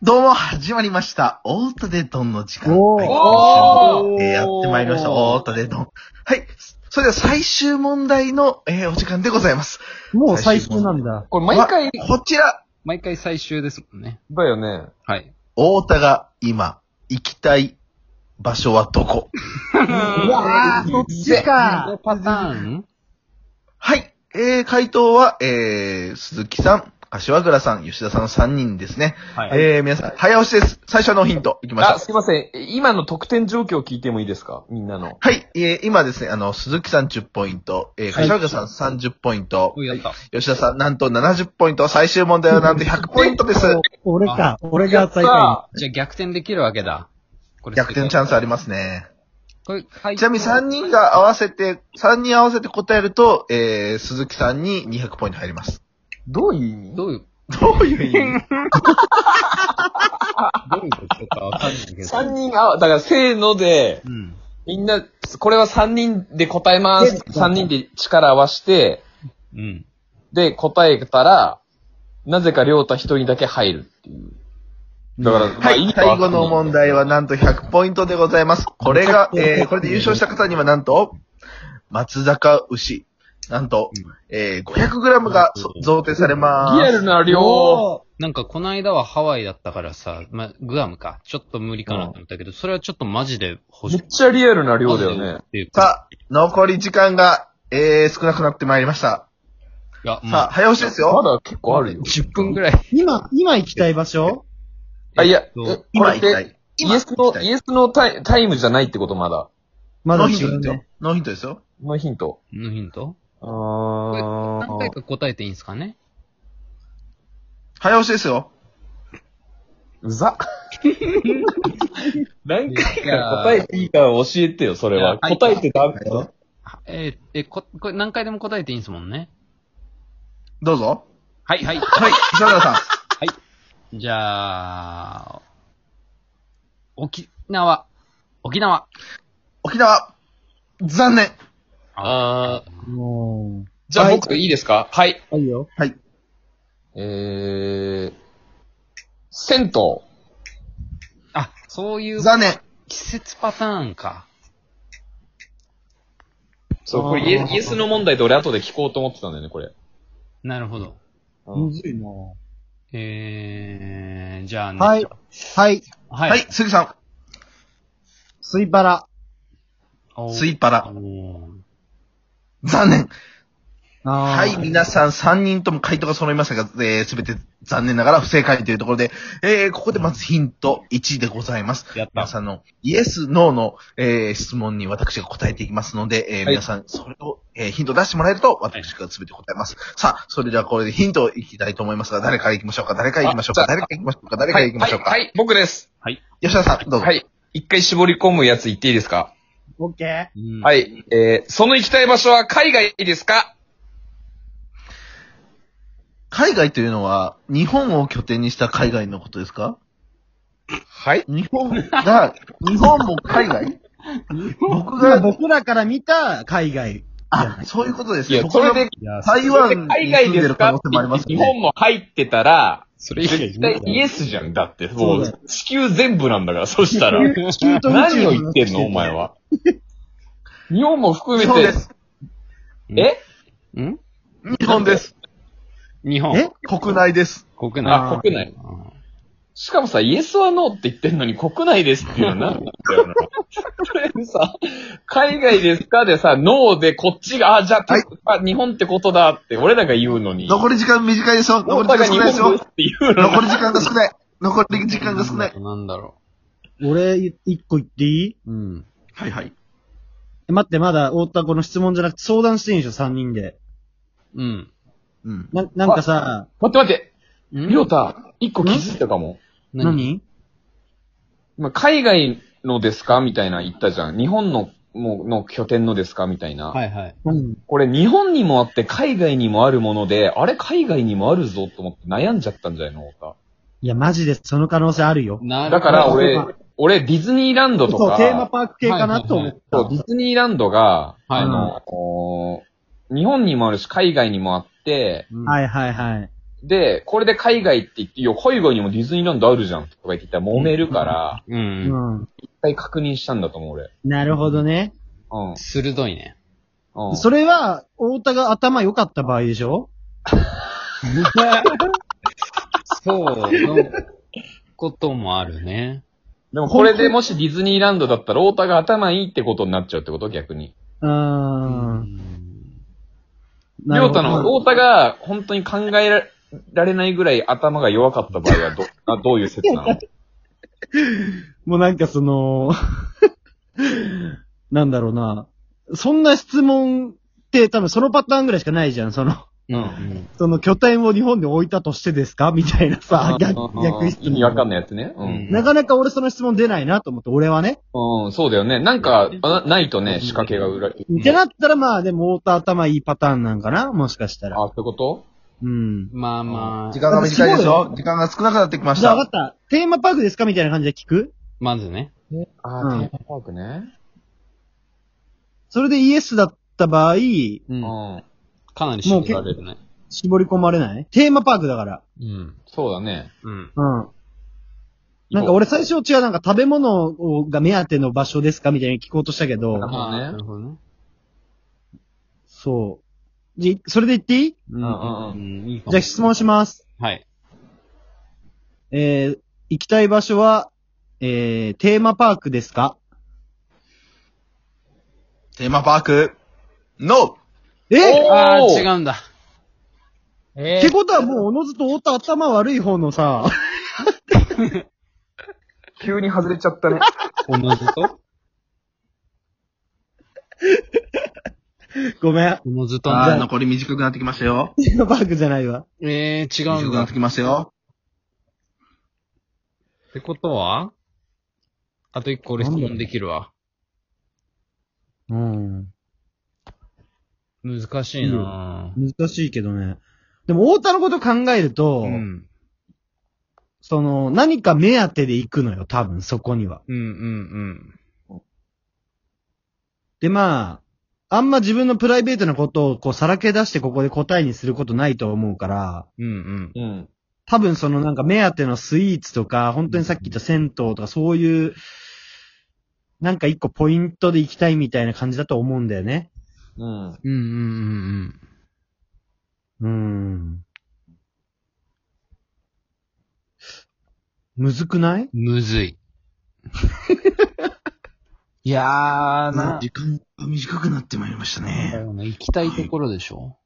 どうも、始まりました。オートデドンの時間。おーはい、今週もおーえーやってまいりました。オートデドン。はい。それでは最終問題の、えーお時間でございます。もう最終なんだ。これ毎回、まこちら、毎回最終ですもんね。だよね。はい。大田が今、行きたい場所はどこうわぁ、そっちこのか。パターンはい。えー、回答は、えー、鈴木さん、柏倉さん、吉田さんの3人ですね。はえー、皆さん、早押しです。最初のヒント、いきましょうあ、。すいません。今の得点状況を聞いてもいいですかみんなの。はい、えー、今ですね、あの、鈴木さん10ポイント、えー、はい柏倉さん30ポイント、おやった。吉田さんなんと70ポイント、最終問題はなんと100ポイント です。お俺か。俺が最下さあ、じゃあ逆転できるわけだ。これ逆転チャンスありますね。これ、はい。ちなみに3人が合わせて、3人合わせて答えると、えー、鈴木さんに200ポイント入ります。どういう意味どういう、どう いう意味どういうことかわかんないけど。三人、あ、だからせーので、うん。みんな、これは三人で答えます。三人で力合わして、うん。で、答えたら、なぜかりょうた一人だけ入るっていう。だから、まはあいい、いか最後の問題はなんと100ポイントでございます。これが、えー、これで優勝した方にはなんと、松坂牛、なんと、えー、500g が贈呈されます。リアルな位。りょおなんかこの間はハワイだったからさ、まあ、グアムか。ちょっと無理かなと思ったけど、それはちょっとマジでう。欲めしいっ。ちゃリアルなりょうだよね。っていうか。さあ、残り時間が、えー、少なくなってまいりました。いや、まさあ、あ、早押しですまよ。だ結構あるよ。 10分ぐらい。今、今行きたい場所あ、いや、ええっとこ今れっ行きたて、い。イ今エス行きの、たイい。エスのタイタイムじゃないってことまだ。まノだーヒ違ントですうよね。。ノーヒントですよ。のヒント。のヒントあこれー何回か答えていいんですかね早押しですよ。うざ。何回いやか答えていいか教えてよ、それいは。やはい答えてダメだはよ。えーえ、こ、これ何回でも答えていいんですもんねどうぞ。はい、はい。はい、石原さん。じゃあ、沖縄。沖縄。沖縄。残念。あーもじゃあはい僕いいですかはい。う、いいよ。はい。えー、銭湯。あ、そういう残念。季節パターンか。そう、こあれーイエイエスの問題で俺後で聞こうと思ってたんだよね、これ。なるほど。むずいなぁえー、じゃあね。はい。。はい。ははいい。、鈴木さ水原。おん。ースイパラ。おー残念。あはい、ー皆さん3人とも回答が揃いましたが、えー、すべて残念ながら不正解というところで、えー、ここでまずヒント1でございます。やった皆さんのイエス、ノーの、えー、質問に私が答えていきますので、えーはい皆さんそれを、えー、ヒントを出してもらえると私がすべて答えます。さあ、それではこれでヒントをいきたいと思いますが、誰からいきましょうか誰からいきましょうかあじゃあ誰からいきましょうか誰からいきましょうか、はい、はいはい僕です。吉田さん、どうぞ。はい。一回絞り込むやつ言っていいですかオッケー。うんは。い。えー、その行きたい場所は海外ですか海外というのは、日本を拠点にした海外のことですかはい。日本が、日本も海外僕今が僕らから見た海外。あ、そういうことですいね。や、僕それはでいや、台湾に住んでる可能性もあります日よ本ね。も入ってたら、それ以外絶対イエスじゃん。だって、そもうだう、地球全部なんだから、そし たら。地球と宇宙何を言ってんの、お前は。日本も含めそうでて、す。えん日本です。日本。え国内です。国内。あ、国内。しかもさ、イエスはノーって言ってんのに国内ですっていうのは何なんだよな。それでさ、海外ですかでさ、ノーでこっちが、あ、じゃあ、はいあ日本ってことだって俺らが言うのに。残り時間短いですよ。残大り田時が間少ないで日本すよです。って言うの残り時間が少ない。残り時間が少ない。なんだろ。俺、一個言っていいううん。はいはい。え待って、まだ、大田この質問じゃなくて相談していいんでしょ、三人で。うん。うん。な、なんかさ、待って待って、んりょうた、一個気づいたかも。何まあ、海外のですかみたいな言ったじゃん。日本の、もう、の拠点のですかみたいな。はいはい。うん。これ日本にもあって海外にもあるもので、あれ海外にもあるぞと思って悩んじゃったんじゃないの太いや、マジで、その可能性あるよ。な田だからそう俺か、俺ディズニーランドとそう、か、テーマパーク系かなと思っそた。うディズニーランドが、はいあの、おー日本にもあるし海外にもあって、うんはいはいはい。で、これで海外って言って、いや、海外にもディズニーランドあるじゃんとか言って言ったら揉めるから、う。うんん。一回確認したんだと思う、俺。なるほどね。う鋭いね。ん。うん。それは、太田が頭良かった場合でしょそうのこともあるね。でもこれでもしディズニーランドだったら、太田が頭いいってことになっちゃうってこと逆に。うーん。なるりょうほどたの、太田が本当に考えらられないぐらい頭が弱かった場合はど、あどういう説なのもうなんかその、 なんだろうな。そんな質問って多分そのパターンぐらいしかないじゃん。その、うん。その拠点を日本で置いたとしてですかみ たいなさ、逆、逆質意味わか問。んないやつね。ううんん。なかなか俺その質問出ないなと思って、俺はね。うん、そうだよね。なんか、あないとね、仕掛けが裏、あ、そってなったらまあでも太田頭いいパターンなんかなもしかしたら。ういうことうん。まあま時あ、間が短いでしすごいょ時間が少なくなってきましじゃあ分かたっ。た。テーマパークですかみたいな感じで聞くまずね。あうんー、テーマパークね。それでイエスだった場合、う。うんん。かなり絞られるね。絞り込まれないテーマパークだから。うん。そうだね。うん。うん。なんか俺最初違う、なんか食べ物をが目当ての場所ですかみたいに聞こうとしたけど、あああ、ななるるほどね。そう。じ、それで言っていいうんうんうんうん。いいかもじゃあ質問します。はい。えー、行きたい場所は、えー、テーマパークですかテーマパーク、NO! えっおーああ、違うんだ。えてことはもうおのずと太田頭悪い方のさ、 急に外れちゃったね。このずとごめん。このずとあーね。残り短くなってきましたよ。テーマパークじゃないわ。ええ、違短うんくなだ。っってきましたよ。てことはあと一個俺質問できるわ。うん。難しいなぁ難しいけどね。でも太田のこと考えると、うん。その、何か目当てで行くのよ、多分、そこには。うんうんで、まあ、あんま自分のプライベートなことをこうさらけ出してここで答えにすることないと思うから、うん。うんうん。多分そのなんか目当てのスイーツとか、本当にさっき言った銭湯とかそういう、なんか一個ポイントで行きたいみたいな感じだと思うんだよね。うん。うん。うんうんうん。むずくないうんうん。むずい。いやーな。時間が短くなってまいりましたね。行きたいところでしょ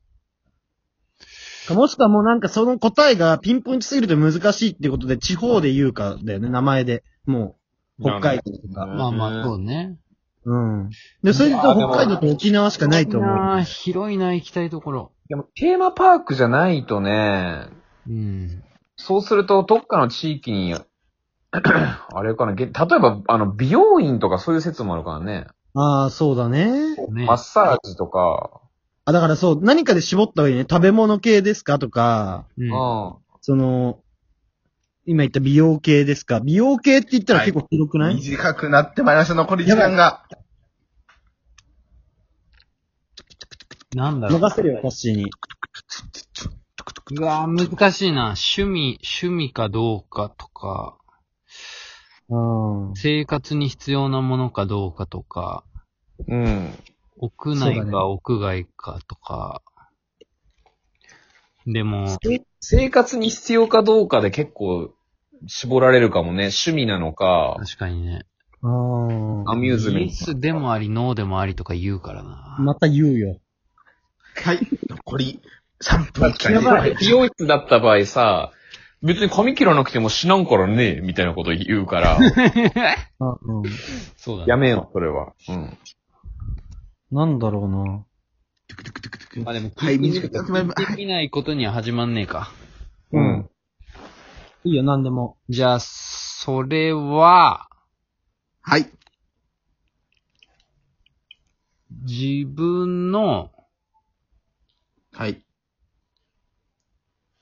もしくはもうなんかその答えがピンポイントすぎると難しいってことで、地方で言うかだよね、名前で。もう、北海道とか。うんまあまあ、そうね。うん。で、それで言うと北海道と沖縄しかないと思う。ああ、広いな、行きたいところ。でも、テーマパークじゃないとね、うん。そうすると、どっかの地域に、 あれかな、げ例えば、あの、美容院とかそういう説もあるからね。ああ、そうだね。ねマッサージとか、あ、だからそう、何かで絞った方がいいね。食べ物系ですかとか、うんうん。その、今言った美容系ですか美容系って言ったら結構広くない、短くなってまいりました。残り時間が。なんだろう。任せるよ、コッシーに。うわー難しいな。趣味、趣味かどうかとか、うん。生活に必要なものかどうかとか、うん。屋内そうだねか屋外かとか。でも、生活に必要かどうかで結構絞られるかもね。趣味なのか、確かにね。あアあ。ミューズメインエスでもあり、ノーでもありとか言うからな。また言うよ。はい。残り3分ト。やばい美容室だった場合さ、別に髪切らなくても死なんからね、みたいなこと言うから、うん。そうだね。やめよう、それは。うん。なんだろうな。まあでも、はい、短くなってまいりましできないことには始まんねえか。うん。いいよ、なんでも。じゃあ、それは、はい。自分の、はい。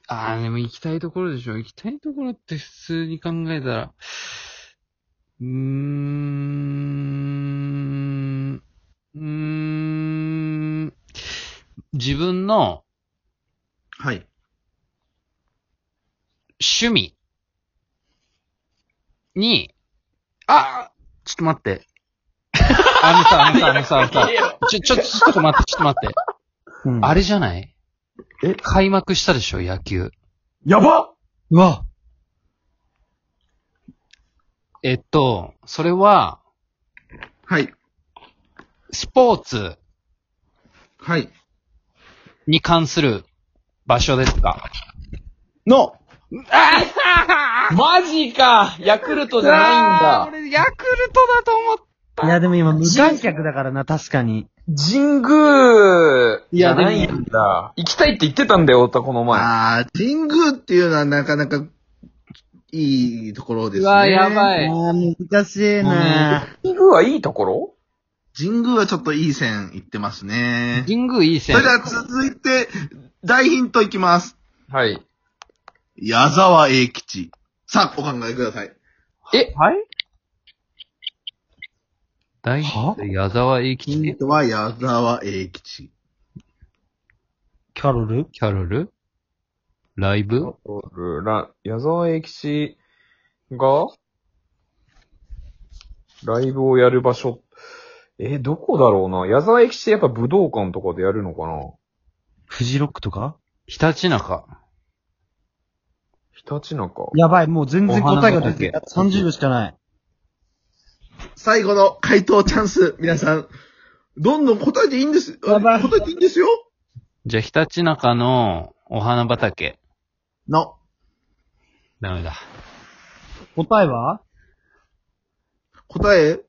ああ、でも行きたいところでしょ。行きたいところって普通に考えたら、うーん、うーん、自分のはい。趣味に、あちょっと 待って。あのさ、あのさ、あのさ、あのさ、ちょ、ちょ、ちょっと待って、ちょっと待って。うんあれじゃないえ開幕したでしょ、野球。やばうわえっと、それは、はい。スポーツはい。に関する場所ですかの、マジかヤクルトじゃあーないんだ。俺、ヤクルトだと思った。いやでも今無観客だからな、確かに。神宮いじやゃないんだ。行きたいって言ってたんだよ、太田この前。あー、神宮っていうのはなかなかいいところですね。うわやばいああ、難しいな神宮はいいところ神宮はちょっといい線いってますね。神宮いいそ線れ。では続いて、大ヒントいきます。はい。矢沢永吉。さあ、お考えください。えはい大は矢沢永ヒン吉トは矢沢永吉。キャロルキャロルライブラ、矢沢永吉が、ライブをやる場所、えーどこだろうな。矢沢永吉ってやっぱ武道館とかでやるのかなフジロックとかひたちなか。ひたちなか。やばい、もう全然答えが出てお花ない。30秒しかない。最後の回答チャンス、皆さん。どんどん答えていいんです。やばい答えていいんですよ。じゃあ、ひたちなかのお花畑。の。ダメだ。答えは答え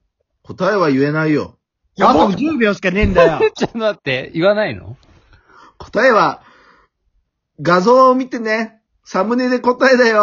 答えは言えないよ。あと10秒しかねえんだよ。 ちょっと待って、言わないの答えは、画像を見てね。サムネで答えだよ。